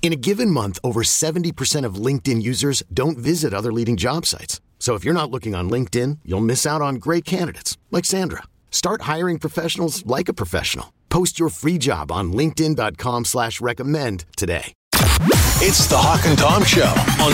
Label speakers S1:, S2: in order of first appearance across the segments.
S1: In a given month, over 70% of LinkedIn users don't visit other leading job sites. So if you're not looking on LinkedIn, you'll miss out on great candidates like Sandra. Start hiring professionals like a professional. Post your free job on LinkedIn.com slash recommend today.
S2: It's the Hawk and Tom Show on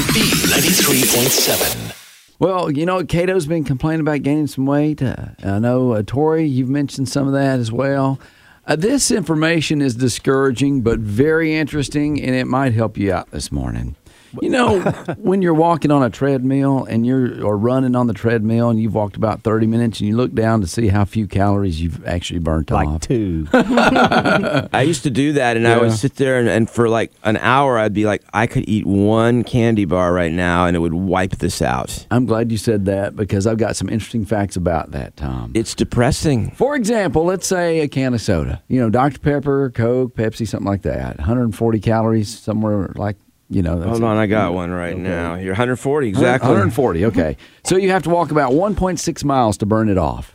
S2: B93.7.
S3: Well, you know, Cato's been complaining about gaining some weight. Uh, I know, uh, Tori, you've mentioned some of that as well. Uh, this information is discouraging, but very interesting, and it might help you out this morning. You know, when you're walking on a treadmill and you're or running on the treadmill and you've walked about 30 minutes and you look down to see how few calories you've actually burnt off.
S4: two.
S5: I used to do that, and I would
S3: Yeah.
S5: sit there, and, and for like an hour, I'd be like, I could eat one candy bar right now, and it would wipe this out.
S3: I'm glad you said that because I've got some interesting facts about that, Tom.
S5: It's depressing.
S3: For example, let's say a can of soda, you know, Dr. Pepper, Coke, Pepsi, something like that, 140 calories, somewhere like, you know, that's
S5: Hold on, I got one right now. You're 140 exactly.
S3: 140. Okay. So you have to walk about 1.6 miles to burn it off.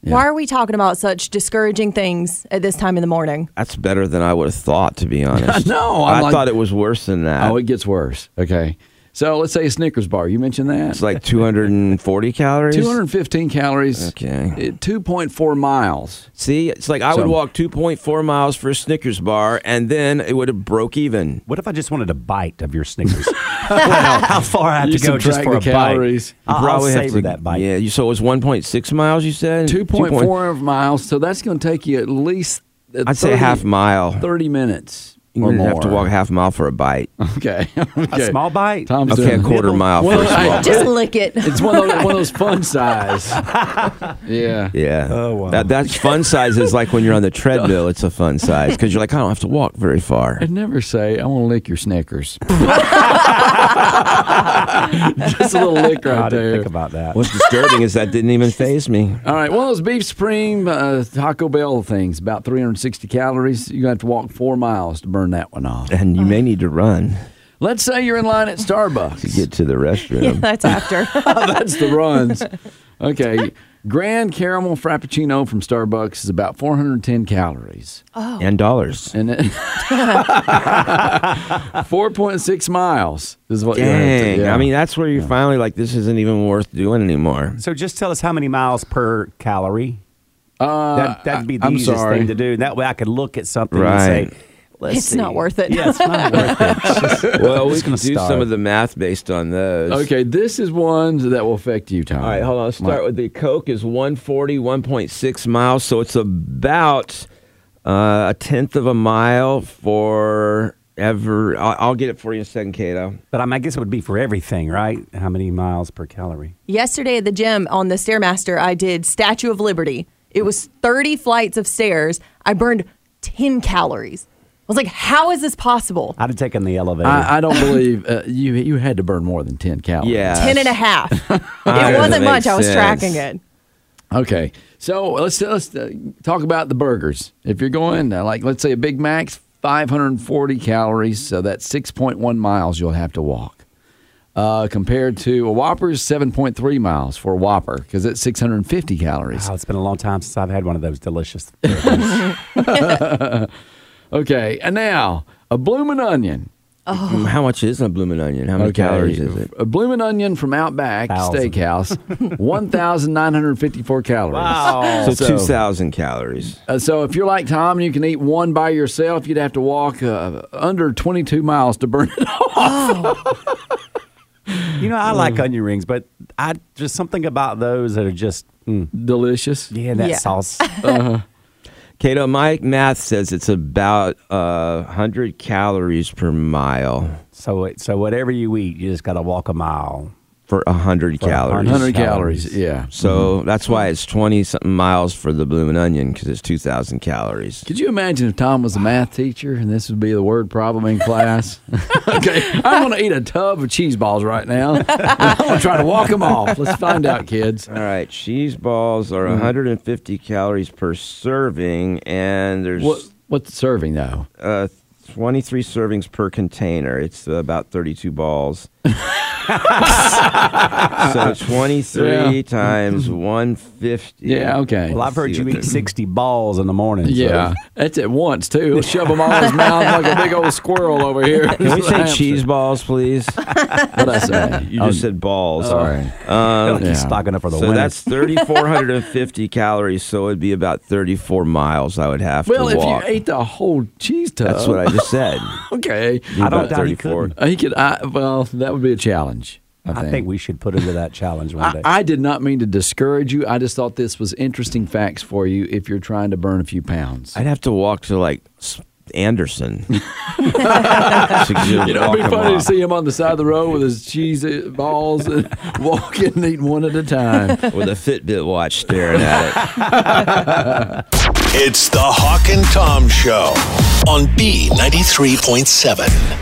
S6: Why are we talking about such discouraging things at this time in the morning?
S5: That's better than I would have thought, to be honest.
S3: know, I'm
S5: I
S3: like-
S5: thought it was worse than that.
S3: Oh, it gets worse. Okay. So let's say a Snickers bar. You mentioned that.
S5: it's like 240 calories.
S3: 215 calories.
S5: Okay.
S3: eh, 2.4 miles.
S5: See, it's like I
S3: So-
S5: would walk 2.4 miles for a Snickers bar, and then it would have broke even.
S4: What if I just wanted a bite of your Snickers? well, how far I have
S3: You
S4: to go just
S3: subtract
S4: for
S3: the
S4: a
S3: calories.
S4: bite? I'll, I'll
S5: Probably have
S4: savor
S5: to-
S4: that bite.
S5: Yeah, you, so it was 1.6 miles, you said?
S3: 2.4 miles. So that's going to take you at least. eh,
S5: I'd say a
S3: 30
S5: half mile.
S3: 30 minutes.
S5: You're
S3: or
S5: gonna have to
S3: more.
S5: walk a half mile for a bite.
S3: Okay.
S4: A
S3: okay.
S4: small bite?
S3: Tom's
S5: Okay,
S3: doing
S5: a
S3: it.
S5: quarter mile for
S3: Well,
S5: a small.
S3: I-
S6: Just lick it.
S3: It's one of those, one of those fun size. Yeah.
S5: Yeah.
S4: Oh, wow.
S5: That, that's fun size is like when you're on the treadmill, it's a fun size because you're like, I don't have to walk very far.
S3: I'd never say I want to lick your Snickers. Just a little lick right
S4: I
S3: there.
S4: didn't think about that.
S5: What's disturbing is that didn't even phase me.
S3: All right, one of those beef supreme uh, Taco Bell things, about 360 calories. You're gonna have to walk four miles to burn that one off.
S5: And you may need to run
S3: Let's say you're in line at
S5: to
S3: Starbucks. Oh,
S5: get to the
S6: Yeah,
S5: restroom.
S6: that's after.
S3: That's the runs. Okay, Grand Caramel Frappuccino from Starbucks is about 410 calories.
S5: And dollars.
S3: and it, 4.6 miles is what you're gonna have to-
S5: Ah. Dang.
S3: yeah.
S5: I mean, that's where you're finally like, this isn't even worth doing anymore.
S4: So just tell us how many miles per calorie.
S3: uh,
S4: That, that'd be the
S3: I'm
S4: easiest
S3: sorry.
S4: thing to do. That way I could look at something and
S5: Right.
S4: say, Let's
S6: it's
S4: see.
S6: not worth it.
S4: Yeah, it's not worth it. It's just-
S5: Well, we
S4: just
S5: can
S4: gonna
S5: do
S4: starve.
S5: some of the math based on those.
S3: Okay, this is one that will affect you, Tom.
S5: All right, hold on. Let's start with the Coke is 140, 1.6 miles. So it's about uh, a tenth of a mile for ever. I'll, I'll get it for you in a second, Kato.
S4: But I, mean, I guess it would be for everything, right? How many miles per calorie?
S6: Yesterday at the gym on the Stairmaster, I did Statue of Liberty. It was 30 flights of stairs. I burned 10 calories. I was like, how is this possible?
S4: I'd have taken the elevator.
S3: I, I don't believe uh, you you had to burn more than 10 calories.
S5: Yeah.
S6: 10 and a half. it
S5: That
S6: wasn't much.
S5: makes
S6: I was
S5: sense.
S6: tracking it.
S3: Okay. So let's let's uh, talk about the burgers. If you're going uh, like let's say a Big Mac's 540 calories, so that's 6.1 miles you'll have to walk. Uh, compared to a Whopper's 7.3 miles for a Whopper because it's 650 calories.
S4: Oh, it's been a long time since I've had one of those delicious.
S3: Okay, and now a Bloomin' Onion.
S5: Mm,
S6: Oh.
S5: How much is a blooming onion? How many
S3: Okay.
S5: calories is it?
S3: A Bloomin' Onion from Outback
S4: Thousand.
S3: Steakhouse, 1,954 calories.
S5: So, 2,000 calories.
S3: Uh, so if you're like Tom and you can eat one by yourself, you'd have to walk uh, under 22 miles to burn it off.
S4: You know, I
S3: Mm.
S4: like onion rings, but I just something about those that are just mm,
S3: Delicious.
S4: yeah, that
S6: Yeah.
S4: sauce.
S5: Cato, my math says it's about uh, 100 calories per mile
S4: So it, so whatever you eat, you just got to walk a mile.
S5: for 100
S4: For
S5: calories.
S3: 100
S4: calories.
S3: calories. Yeah.
S5: So that's why it's 20 something miles for the Bloomin' Onion because it's 2,000 calories.
S3: Could you imagine if Tom was a math teacher and this would be the word problem in class? okay, I'm going to eat a tub of cheese balls right now. and I'm going to try to walk them off. Let's find out, kids.
S5: All right, cheese balls are 150 calories per serving, and there's
S3: What what's the serving though?
S5: uh, 23 servings per container. It's about 32 balls. so 23
S3: Yeah.
S5: times 150.
S3: Yeah, okay.
S4: Well, I've heard
S5: See
S4: you
S5: what
S4: eat
S5: that-
S4: 60 balls in the morning. so-
S3: Yeah, that's at once too. He'll shove them all in his mouth like a big old squirrel over here.
S5: Can we say cheese Oh, balls, please? Um,
S3: What I say?
S5: You just said balls.
S3: sorry.
S5: Um,
S4: Like
S3: Yeah.
S4: you're stocking up for the
S5: so
S4: winter.
S5: that's 3,450 calories. So it'd be about 34 miles I would have
S3: Well,
S5: to
S3: if
S5: walk.
S3: you ate the whole cheese tub,
S5: that's what I just said.
S3: okay. Uh,
S4: I
S5: About
S4: don't doubt he
S5: 34.
S4: couldn't.
S3: He could. I, well, that would be a challenge. I think.
S4: I think we should put him to that challenge one
S3: I,
S4: day.
S3: I did not mean to discourage you. I just thought this was interesting facts for you if you're trying to burn a few pounds.
S5: I'd have to walk to like S- Anderson. you
S3: You know, it'd be funny to see him on the side of the road with his cheese balls and walking and eating one at a time.
S5: with a Fitbit watch staring at it.
S2: It's the Hawk and Tom Show on B93.7.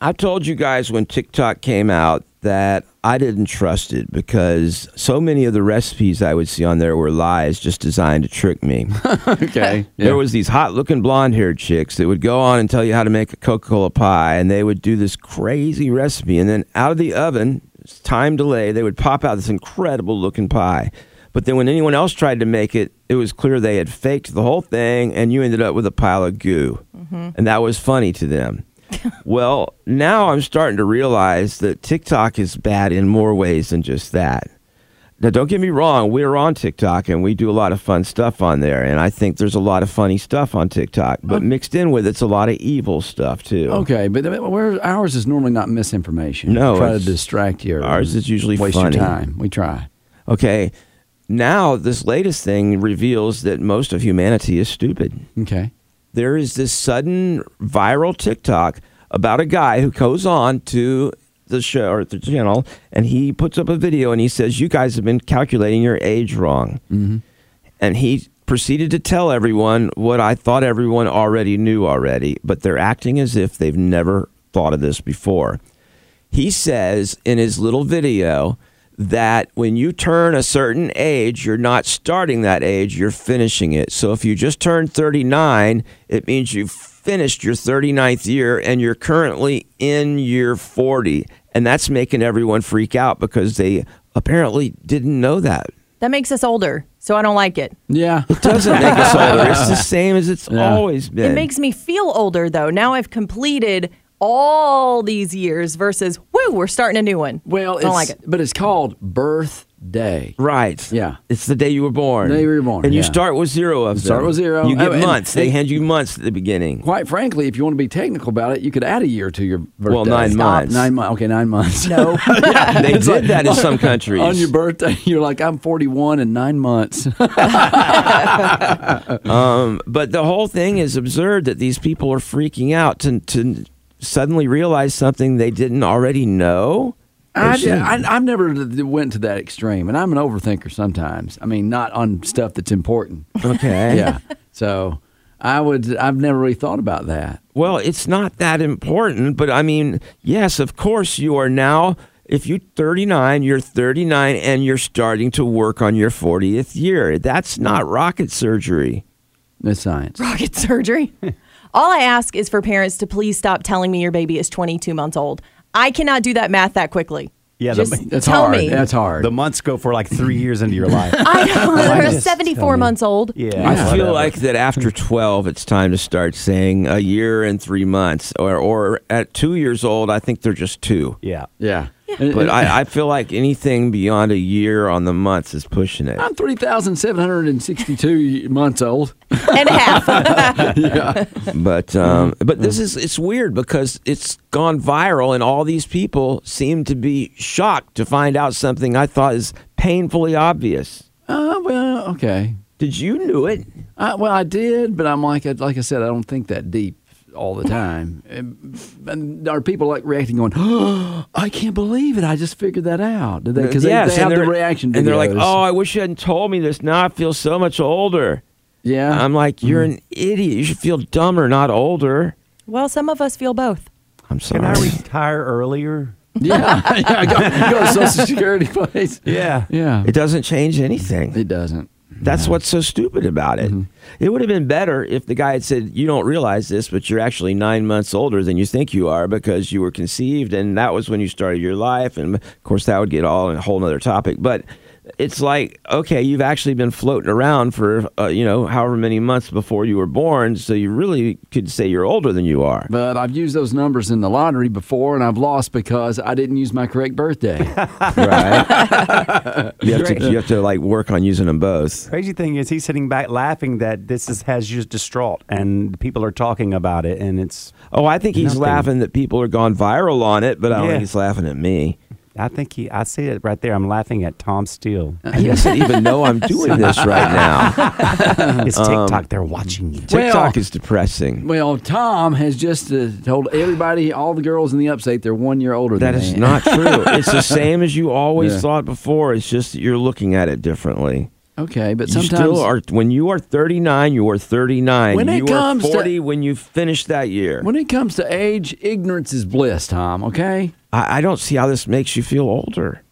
S5: I told you guys when TikTok came out that I didn't trust it because so many of the recipes I would see on there were lies just designed to trick me.
S3: Okay.
S5: There was these hot-looking blonde-haired chicks that would go on and tell you how to make a Coca-Cola pie, and they would do this crazy recipe, and then out of the oven, it's time delay, they would pop out this incredible-looking pie. But then when anyone else tried to make it, it was clear they had faked the whole thing, and you ended up with a pile of goo, and that was funny to them. well, now I'm starting to realize that TikTok is bad in more ways than just that. Now, don't get me wrong. We're on TikTok and we do a lot of fun stuff on there. And I think there's a lot of funny stuff on TikTok. But mixed in with it's a lot of evil stuff, too.
S3: Okay, but the- where ours is normally not misinformation.
S5: No,
S3: we try to
S5: it's-
S3: distract you. or
S5: ours is usually
S3: waste
S5: funny.
S3: your time. We try.
S5: Okay. Now, this latest thing reveals that most of humanity is stupid.
S3: Okay.
S5: there is this sudden viral TikTok about a guy who goes on to the show or the channel and he puts up a video and he says, You guys have been calculating your age wrong. And he proceeded to tell everyone what I thought everyone already knew already, but they're acting as if they've never thought of this before. He says in his little video that when you turn a certain age, you're not starting that age, you're finishing it. So if you just turned 39, it means you've finished your 39th year and you're currently in year 40. And that's making everyone freak out because they apparently didn't know that.
S6: That makes us older, so I don't like it.
S3: Yeah.
S5: It doesn't make us older. It's the same as it's always been.
S6: It makes me feel older though. Now I've completed all these years versus woo, we're starting a new one.
S3: Well,
S6: don't
S3: it's,
S6: like it.
S3: But it's called birthday.
S5: Right.
S3: Yeah.
S5: It's the day you were born.
S3: The day you were born,
S5: And you
S3: yeah.
S5: start with zero of them.
S3: Start with zero.
S5: You get
S3: Oh, and-
S5: months. They hand you months at the beginning.
S3: Quite frankly, if you want to be technical about it, you could add a year to your birthday.
S5: Well, nine
S3: Stop.
S5: months.
S3: Nine months. Okay, nine months.
S6: No.
S5: they did that in some countries.
S3: On your birthday, you're like, I'm 41 in nine months.
S5: Um, but the whole thing is absurd that these people are freaking out to, to suddenly realize something they didn't already know.
S3: I,
S5: They should-
S3: I, I've never th- th- went to that extreme, and I'm an overthinker sometimes. I mean, not on stuff that's important.
S5: okay.
S3: yeah. So I would. I've never really thought about that.
S5: Well, it's not that important, but I mean, yes, of course you are now if you're 39, you're 39 and you're starting to work on your 40th year. That's not rocket surgery.
S3: It's science.
S6: Rocket surgery. all I ask is for parents to please stop telling me your baby is 22 months old. I cannot do that math that quickly.
S4: Yeah, the-
S6: Just
S3: That's
S6: tell
S3: hard.
S6: me.
S3: That's hard.
S4: The months go for like three years into your life.
S6: I know they're
S4: Just tell
S6: 74
S4: me.
S6: months old.
S4: Yeah.
S5: I feel
S4: whatever.
S5: like that after 12, it's time to start saying a year and three months, or, or at two years old, I think they're just two.
S4: Yeah.
S3: yeah.
S5: But I, I feel like anything beyond a year on the months is pushing it.
S3: am 3,762 months old.
S6: And a half.
S5: But um,
S3: Mm-hmm.
S5: but this is it's weird because it's gone viral, and all these people seem to be shocked to find out something I thought is painfully obvious.
S3: Uh, well, okay.
S5: Did you knew it?
S3: I, Uh, well, I did, but I'm like, like I said, I don't think that deep all the time. and, and are people like reacting, going, oh, "I can't believe it! I just figured that out." Did they? Because they,
S5: Yes,
S3: they have
S5: and
S3: the
S5: they're-
S3: reaction,
S5: and they're like,
S3: videos.
S5: "Oh, I wish you hadn't told me this. Now I feel so much older."
S3: yeah."
S5: I'm like, "You're an idiot. You should feel dumber, not older."
S6: Well, some of us feel both.
S5: I'm
S4: Can
S5: sorry.
S4: I retire earlier?
S3: yeah, yeah. Go, go to Social Security place.
S4: Yeah.
S3: yeah.
S5: it doesn't change anything.
S3: It doesn't.
S5: That's what's so stupid about it. It would have been better if the guy had said, You don't realize this, but you're actually nine months older than you think you are because you were conceived and that was when you started your life. And of course, that would get all in a whole nother topic. But it's like, okay, you've actually been floating around for, uh, you know, however many months before you were born. So you really could say you're older than you are.
S3: But I've used those numbers in the lottery before, and I've lost because I didn't use my correct birthday.
S5: Right? you, have to, you have to like work on using them both.
S4: Crazy thing is, he's sitting back laughing that this is, has you distraught, and people are talking about it, and it's.
S5: Oh, I think he's
S4: Nothing.
S5: laughing that people are gone viral on it, but I don't
S4: Yeah.
S5: think he's laughing at me.
S4: I think he. I see it right there. I'm laughing at Tom Steele.
S5: He doesn't even know I'm doing this right now.
S4: It's TikTok. They're watching you.
S3: Well-
S5: TikTok is depressing.
S3: Well, Tom has just uh, told everybody, all the girls in the upstate, they're one year older
S5: That
S3: than
S5: is
S3: they-
S5: not true. It's the same as you always
S3: Yeah.
S5: thought before. It's just that you're looking at it differently.
S3: Okay, but
S5: You
S3: sometimes
S5: still are. When you are 39, you are 39.
S3: When it
S5: you
S3: comes to-
S5: are 40 when you finish that year.
S3: when it comes to age, ignorance is bliss, Tom. Okay,
S5: I, I don't see how this makes you feel older.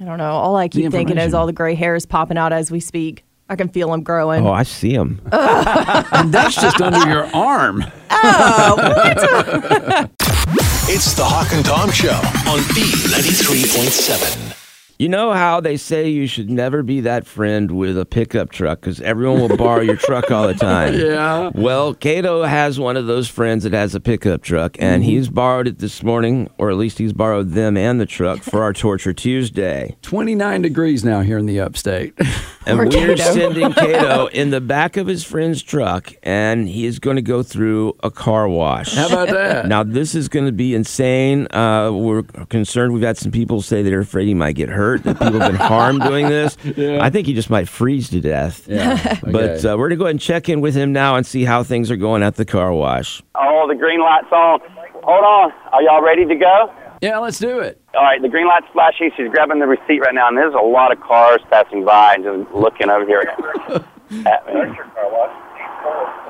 S6: I don't know. All I keep thinking is
S3: information.
S6: all the gray hairs popping out as we speak. I can feel them growing.
S5: Oh, I see him.
S3: and that's just under your arm.
S2: It's the Hawk and Tom Show on B93.7.
S5: You know how they say you should never be that friend with a pickup truck because everyone will borrow your truck all the time.
S3: Yeah.
S5: Well, Cato has one of those friends that has a pickup truck, and he's borrowed it this morning, or at least he's borrowed them and the truck for our Torture Tuesday.
S3: Twenty nine degrees now here in the upstate.
S5: And
S6: Poor
S5: we're
S6: Cato.
S5: sending Cato in the back of his friend's truck, and he is going to go through a car wash.
S3: How about that?
S5: Now this is going to be insane. Uh, we're concerned. We've had some people say they're afraid he might get hurt. That people have been harmed doing this. I think he just might freeze to death.
S3: Yeah,
S5: But
S3: okay.
S5: uh, we're going to go ahead and check in with him now and see how things are going at the car wash.
S7: Oh, the green light's on. Hold on. Are y'all ready to go?
S3: yeah, let's do it.
S7: All right, the green light's flashing. She's grabbing the receipt right now, and there's a lot of cars passing by and just looking over here at me.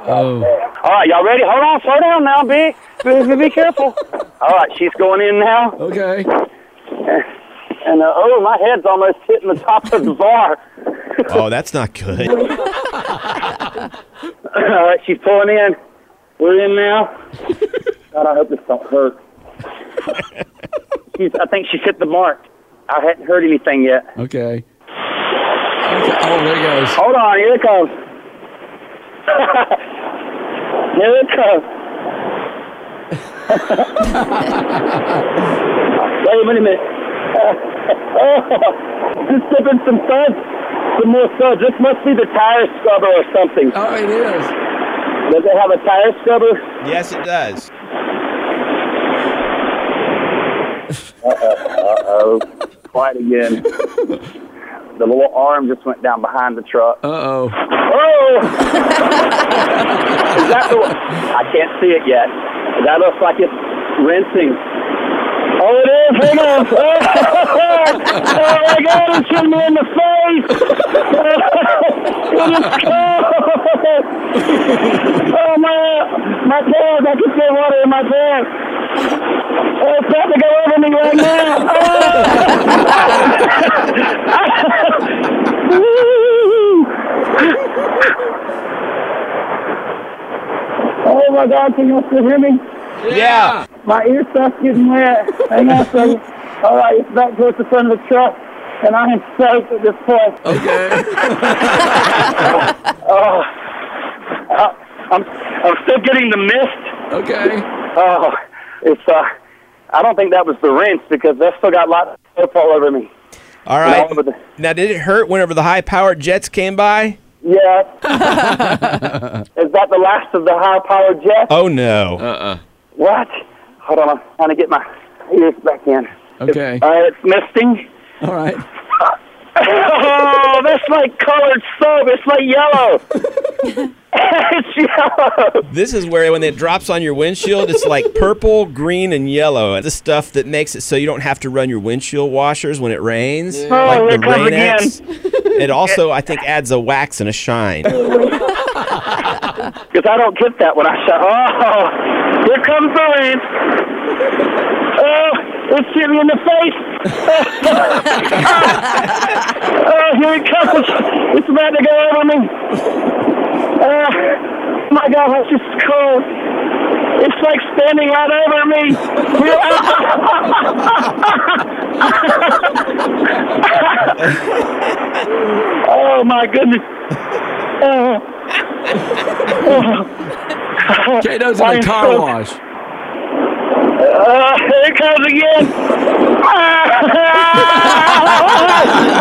S3: Oh,
S7: All right, y'all ready? Hold on, slow down now, be, be, be careful. All right, she's going in now,
S3: okay.
S7: and uh, oh, my head's almost hitting the top of the bar.
S5: Oh, that's not good.
S7: All right, she's pulling in. We're in now. God, I hope this don't hurt. she's, I think she's hit the mark. I hadn't heard anything yet.
S3: Okay. okay. Oh, there it goes.
S7: Hold on, here it comes. here it comes. wait a minute, minute. Just dipping some suds, some more suds. This must be the tire scrubber or something.
S3: Oh, it is.
S7: Does it have a tire scrubber?
S5: yes, it does.
S7: Oh, quite again. The little arm just went down behind the truck.
S3: Uh oh.
S7: Oh! Is that the one? I can't see it yet. That looks like it's rinsing. Oh, it is! Hang on! Oh, my God! It shot me in the face! It is cold! Oh, my, my pants! I can feel water in my pants! Oh, it's about to go over me right now! Oh. Woo. Oh my God, can you still hear me?
S5: Yeah.
S7: My ear stuff's getting wet. Hang on a second. All right, it's back towards the front of the truck, and I am soaked at this point.
S3: Okay.
S7: Uh, I'm, I'm still getting the mist.
S3: okay.
S7: Oh, it's, uh, I don't think that was the rinse because that's still got a lot of soap all over me.
S5: All
S7: right. No, but-
S5: Now, did it hurt whenever the high-powered jets came by?
S7: Yeah. Is that the last of the high powered jet?
S5: Oh no.
S7: What? Hold on, I'm trying to get my ears back in.
S3: Okay.
S7: All right, it's misting.
S3: All right.
S7: oh, that's like colored soap. It's like yellow. it's yellow.
S8: This is where when it drops on your windshield, it's like purple, green, and yellow. This stuff that makes it so you don't have to run your windshield washers when it rains,
S7: Oh,
S8: like
S7: here
S8: the
S7: it comes
S8: Rain-X. It also, I think, adds a wax and a shine.
S7: Because I don't get that when I shout. Oh, here comes the rain. Oh, it's hit me in the face. oh, here it comes. It's about to go over me. Oh, my God, it's just cold. It's like standing out over me. oh, my goodness. Oh.
S3: Kato's in
S7: I
S3: a car
S7: am so-
S3: wash.
S7: Uh, here it comes again.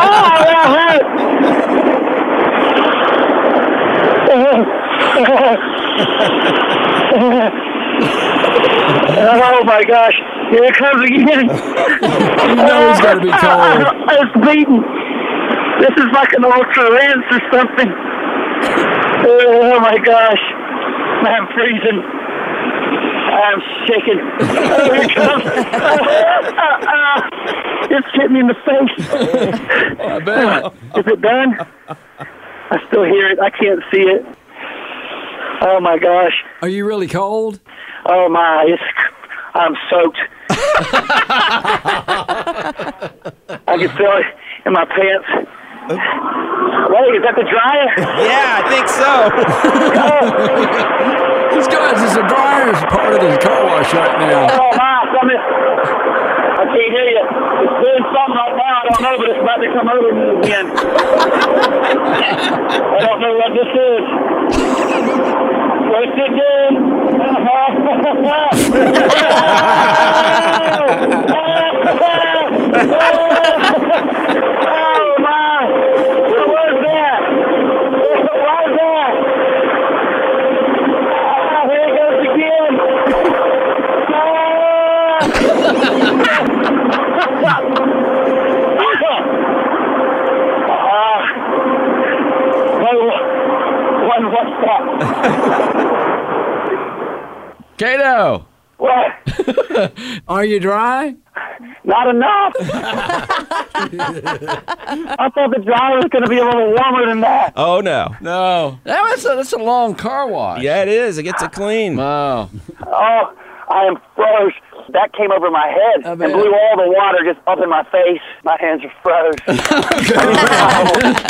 S7: oh, Oh, my gosh. Here it comes again.
S3: You know he's got to be cold.
S7: It's beating. This is like an ultra lens or something. Oh my gosh. I'm freezing. I'm shaking. Oh, here it comes. it's hit me in the face.
S3: I bet.
S7: Is it done? I still hear it. I can't see it. Oh my gosh.
S3: Are you really cold?
S7: Oh my, it's, I'm soaked. I can feel it in my pants. Wait, is that the dryer?
S8: Yeah, I think so.
S3: This guy's is a dryer is part of the car wash right now.
S7: Oh my, something. I can't hear you. It's doing something right now. I don't know, but it's about to come over me again. I don't know what this is. What's it doing? oh my! What was that? What was that? Ah, here it goes again. Ah! Ah. One, one, what's that?
S3: Kato,
S7: What?
S3: are you dry?
S7: Not enough. I thought the dryer was going to be a little warmer than that.
S8: Oh no.
S3: No. That was a, that's a long car wash.
S8: Yeah, it is. It gets it clean.
S3: Wow.
S7: Oh, I am froze. That came over my head
S3: I
S7: and
S3: bet.
S7: blew all the water just up in my face. My hands are froze.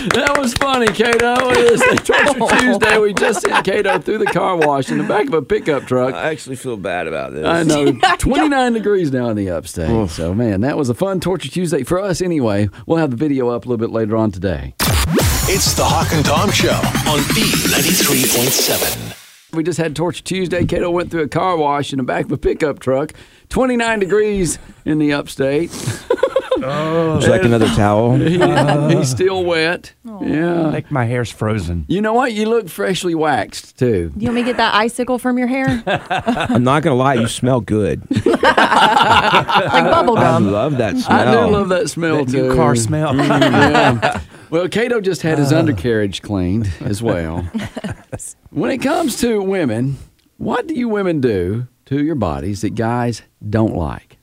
S3: That was funny, Kato. It is the Torture Tuesday. We just sent Kato through the car wash in the back of a pickup truck.
S5: I actually feel bad about this.
S3: I know. 29 degrees now in the upstate. So, man, that was a fun Torture Tuesday for us anyway. We'll have the video up a little bit later on today.
S2: It's the Hawk and Tom Show on B93.7.
S3: We just had Torture Tuesday. Kato went through a car wash in the back of a pickup truck. 29 degrees in the upstate.
S5: Would you like another towel?
S4: Uh-huh.
S3: He's still wet. Yeah.
S4: Like my hair's frozen.
S3: You know what? You look freshly waxed, too.
S6: You want me to get that icicle from your hair?
S5: I'm not gonna lie, you smell good.
S6: Like bubble
S5: I
S6: gum.
S5: love that smell.
S3: I do love that smell, too.
S4: New car smell.
S3: yeah. Well, Cato just had his undercarriage cleaned as well. when it comes to women, what do you women do to your bodies that guys don't like?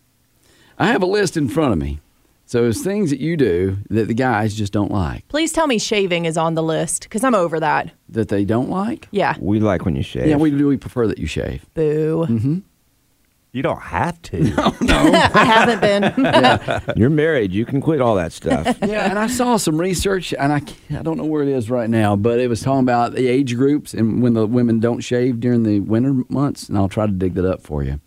S3: I have a list in front of me. So it's things that you do that the guys just don't like.
S6: Please tell me shaving is on the list because I'm over that.
S3: That they don't like?
S6: Yeah.
S5: We like when you shave.
S3: Yeah, we do. We prefer that you shave.
S6: Boo.
S4: You don't have to.
S6: I haven't been.
S5: You're married. You can quit all that stuff.
S3: Yeah, and I saw some research, and I, can't- I don't know where it is right now, but it was talking about the age groups and when the women don't shave during the winter months, and I'll try to dig that up for you.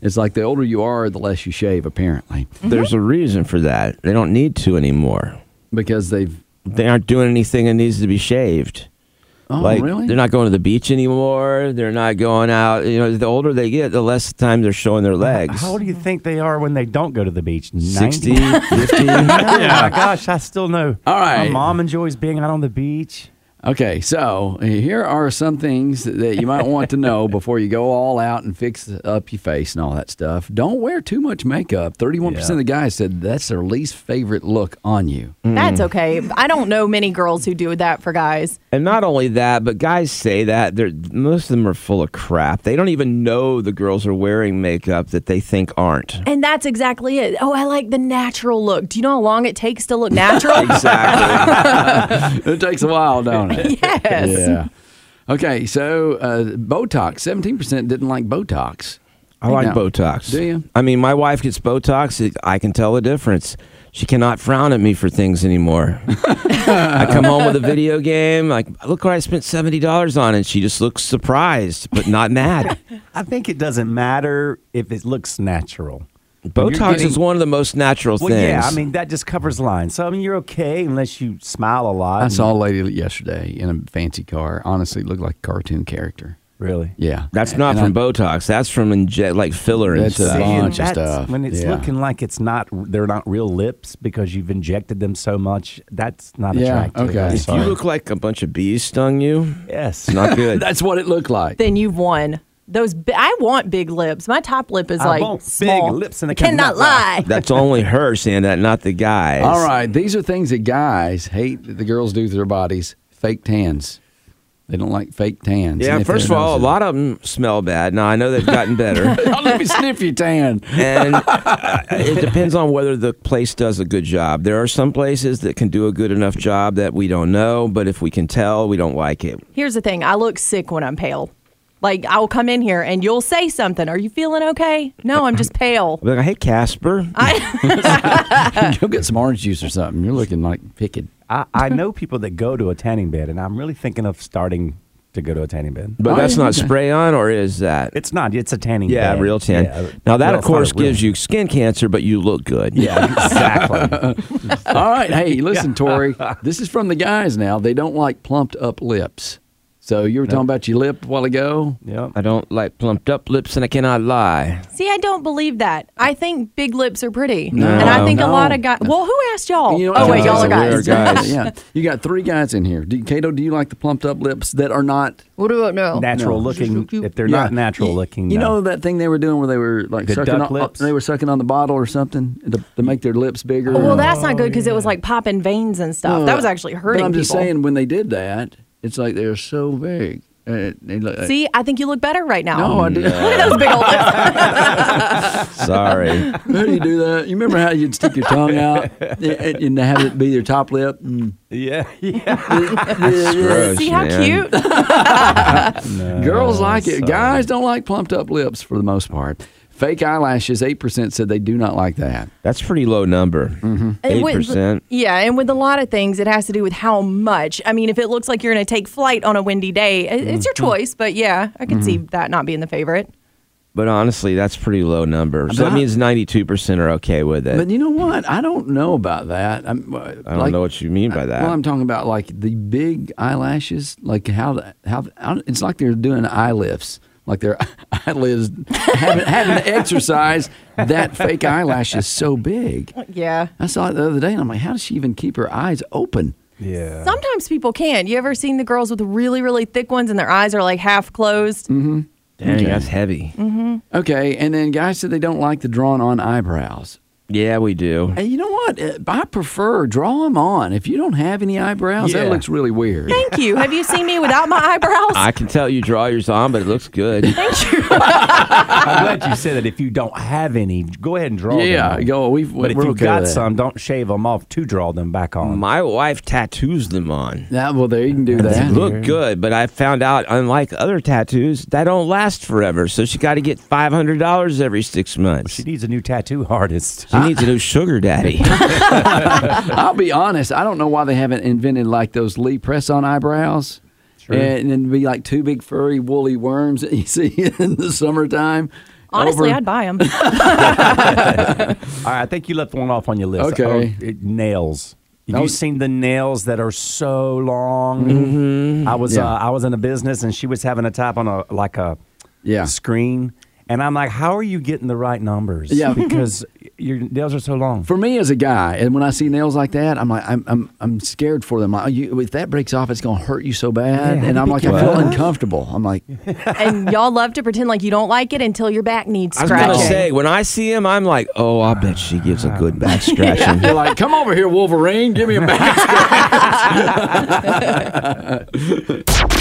S3: It's like the older you are, the less you shave, apparently,
S5: There's a reason for that. They don't need to anymore.
S3: because they've.
S5: They aren't doing anything that needs to be shaved.
S3: Oh,
S5: like
S3: really?
S5: they're not going to the beach anymore. They're not going out. You know, the older they get, the less time they're showing their legs.
S4: How old do you think they are when they don't go to the beach?
S5: 60,
S4: 90?
S5: 50.
S4: Oh my gosh, I still know.
S3: All right.
S4: My mom enjoys being out on the beach.
S3: Okay, so here are some things that you might want to know before you go all out and fix up your face and all that stuff. Don't wear too much makeup. 31% of the guys said that's their least favorite look on you.
S6: That's okay. I don't know many girls who do that for guys.
S5: And not only that, but guys say that they're, most of them are full of crap. They don't even know the girls are wearing makeup that they think aren't.
S6: And that's exactly it. Oh, I like the natural look. Do you know how long it takes to look natural?
S3: it takes a while, don't it?
S6: Yes.
S3: Yeah. Okay, so uh, Botox. 17% didn't like Botox.
S5: I like
S3: Now,
S5: Botox.
S3: Do you?
S5: I mean, my wife gets Botox. it- I can tell the difference. She cannot frown at me for things anymore. I come home with a video game, like, look what I spent $70 on. And she just looks surprised, but not mad.
S4: I think it doesn't matter if it looks natural.
S5: Botox
S4: getting-
S5: is one of the most natural
S4: Well,
S5: things.
S4: yeah, I mean that just covers lines. So I mean you're okay unless you smile a lot.
S3: I
S4: and-
S3: saw a lady yesterday in a fancy car. Honestly, looked like a cartoon character.
S4: really.
S3: Yeah.
S5: That's not
S3: And
S5: from Botox. That's from inje- like filler and
S3: That's a
S5: stuff.
S3: bunch
S4: and
S3: of
S4: that's-
S3: stuff.
S4: When it's
S3: Yeah.
S4: looking like it's not, they're not real lips because you've injected them so much. That's not
S3: Yeah,
S4: attractive.
S3: okay.
S4: I'm
S3: If you
S5: If you
S4: sorry.
S5: look like a bunch of bees stung you,
S4: yes,
S5: it's not good.
S3: That's what it looked like.
S6: then you've won. Those bi- I want big lips. My top lip is
S4: I
S6: like
S4: want big
S6: small.
S4: lips and I
S6: cannot
S4: cannot lie.
S6: lie.
S5: That's only her saying that, not the guys.
S3: All right, these are things that guys hate that the girls do to their bodies. Fake tans. They don't like fake tans.
S5: Yeah,
S3: And if
S5: first of
S3: their
S5: all, a
S3: noses-
S5: lot of them smell bad. Now, I know they've gotten better.
S3: Oh, let me sniff your tan.
S5: and uh, it depends on whether the place does a good job. There are some places that can do a good enough job that we don't know, but if we can tell, we don't like it.
S6: Here's the thing. I look sick when I'm pale. Like I will come in here and you'll say something. Are you feeling okay? No, I'm just pale.
S5: Like, hey, Casper,
S6: Oh,
S3: Go get some orange juice or something. You're looking like picked.
S4: I, I know people that go to a tanning bed, and I'm really thinking of starting to go to a tanning bed.
S5: but
S3: Oh,
S5: that's
S3: yeah,
S5: not
S3: okay.
S5: spray on, or is that?
S4: It's not. It's a tanning.
S5: yeah,
S4: bed.
S5: real tan.
S4: Yeah.
S5: Now that, of
S4: Well, it's not a
S5: course,
S4: real-
S5: gives you skin cancer, but you look good.
S4: Yeah, exactly.
S3: All right, hey, listen, Tori. This is from the guys now. They don't like plumped up lips. So you were talking about your lip a while ago.
S4: yep.
S5: I don't like plumped up lips, and I cannot lie.
S6: See, I don't believe that. I think big lips are pretty. and I think a
S3: No.
S6: lot of guys. Well, who asked y'all?
S3: You know,
S6: oh, wait,
S3: it's
S6: y'all
S3: a
S6: are guys.
S5: weird guys.
S3: yeah, you got three guys in here. Do, Cato, do you like the plumped up lips that are not
S6: What do I know?
S4: Natural
S3: No.
S4: looking. If they're
S3: Yeah.
S4: not natural looking,
S3: You
S4: no.
S3: know that thing they were doing where they were like
S4: The
S3: sucking
S4: duck
S3: on, uh,
S4: lips?
S3: they were sucking on the bottle or something to, to make their lips bigger.
S6: Oh,
S3: Uh,
S6: Well, that's not good because it was like popping veins and stuff. that was actually hurting
S3: But I'm just
S6: people.
S3: saying when they did that, it's like they're so big. Uh, they look like-
S6: See, I think you look better right now.
S3: no, I didn't.
S6: Look at those big old lips.
S5: Sorry.
S3: How do you do that? You remember how you'd stick your tongue out and, and have it be your top lip? Mm.
S4: Yeah.
S5: Gross,
S6: See how
S5: man.
S6: cute?
S5: Uh,
S3: Girls like it. Guys don't like plumped up lips for the most part. Fake eyelashes, 8% said they do not like that.
S5: That's a pretty low number.
S6: And
S5: Eight
S6: with-
S5: percent.
S6: Yeah, and with a lot of things, it has to do with how much. I mean, if it looks like you're going to take flight on a windy day, it- it's your
S5: Mm-hmm.
S6: choice. But yeah, I can see that not being the favorite.
S5: But honestly, that's a pretty low number. So
S3: But
S5: that
S3: I-
S5: means ninety-two percent are okay with it.
S3: But you know what? I don't know about that. I'm, I
S5: I don't know what you mean by that.
S3: Well, I'm talking about like the big eyelashes, like how the, how the- I don't- it's like they're doing eye lifts, like their eyelids having, having to exercise. That fake eyelash is so big.
S6: Yeah.
S3: I saw it the other day, and I'm like, how does she even keep her eyes open?
S4: Yeah.
S6: Sometimes people can. You ever seen the girls with really, really thick ones and their eyes are like half closed?
S5: Mm. Dang, that's heavy.
S3: Okay, and then guys said they don't like the drawn-on eyebrows.
S5: Yeah, we do.
S3: And you know what? Uh, I prefer draw them on. If you don't have any eyebrows, that
S4: Yeah.
S3: looks really weird.
S6: Thank you. Have you seen me without my eyebrows?
S5: I can tell you draw yours on, but it looks good.
S6: Thank you.
S4: I'm glad you said that. If you don't have any, go ahead and draw them.
S3: Yeah,
S4: on.
S3: go- we've-
S4: But if
S3: we're
S4: you
S3: okay
S4: got
S3: with that.
S4: some, don't shave them off to draw them back on.
S5: My wife tattoos them on.
S3: Yeah, well, there you can do
S5: They
S3: that.
S5: look good, but I found out, unlike other tattoos, they don't last forever. So she got to get five hundred dollars every six months.
S4: she needs a new tattoo artist.
S5: She needs a new sugar daddy.
S3: I'll be honest. I don't know why they haven't invented like those Lee press on eyebrows. And then be like two big furry woolly worms that you see in the summertime.
S6: Honestly,
S3: Over-
S6: I'd buy them.
S4: All right, I think you left one off on your list.
S3: Okay.
S4: Oh, it- nails. Have
S3: Oh.
S4: you seen the nails that are so long? I was
S3: Mm-hmm. Yeah.
S4: uh, I was in a business and she was having a type on a like a
S3: Yeah.
S4: screen, And I'm like, how are you getting the right numbers?
S9: Yeah.
S4: Because your nails are so long.
S9: For me as a guy, and when I see nails like that, I'm like, I'm, I'm, I'm scared for them. I, you, if that breaks off, it's going to hurt you so bad.
S4: Yeah,
S9: and I'm
S4: be
S9: like, I feel
S4: careful.
S9: uncomfortable. I'm like,
S10: and y'all love to pretend like you don't like it until your back needs
S5: I was going to
S10: scratching.
S5: say, when I see him, I'm like, oh, I bet she gives a good back scratching.
S9: you're like, come over here, Wolverine, give me a back.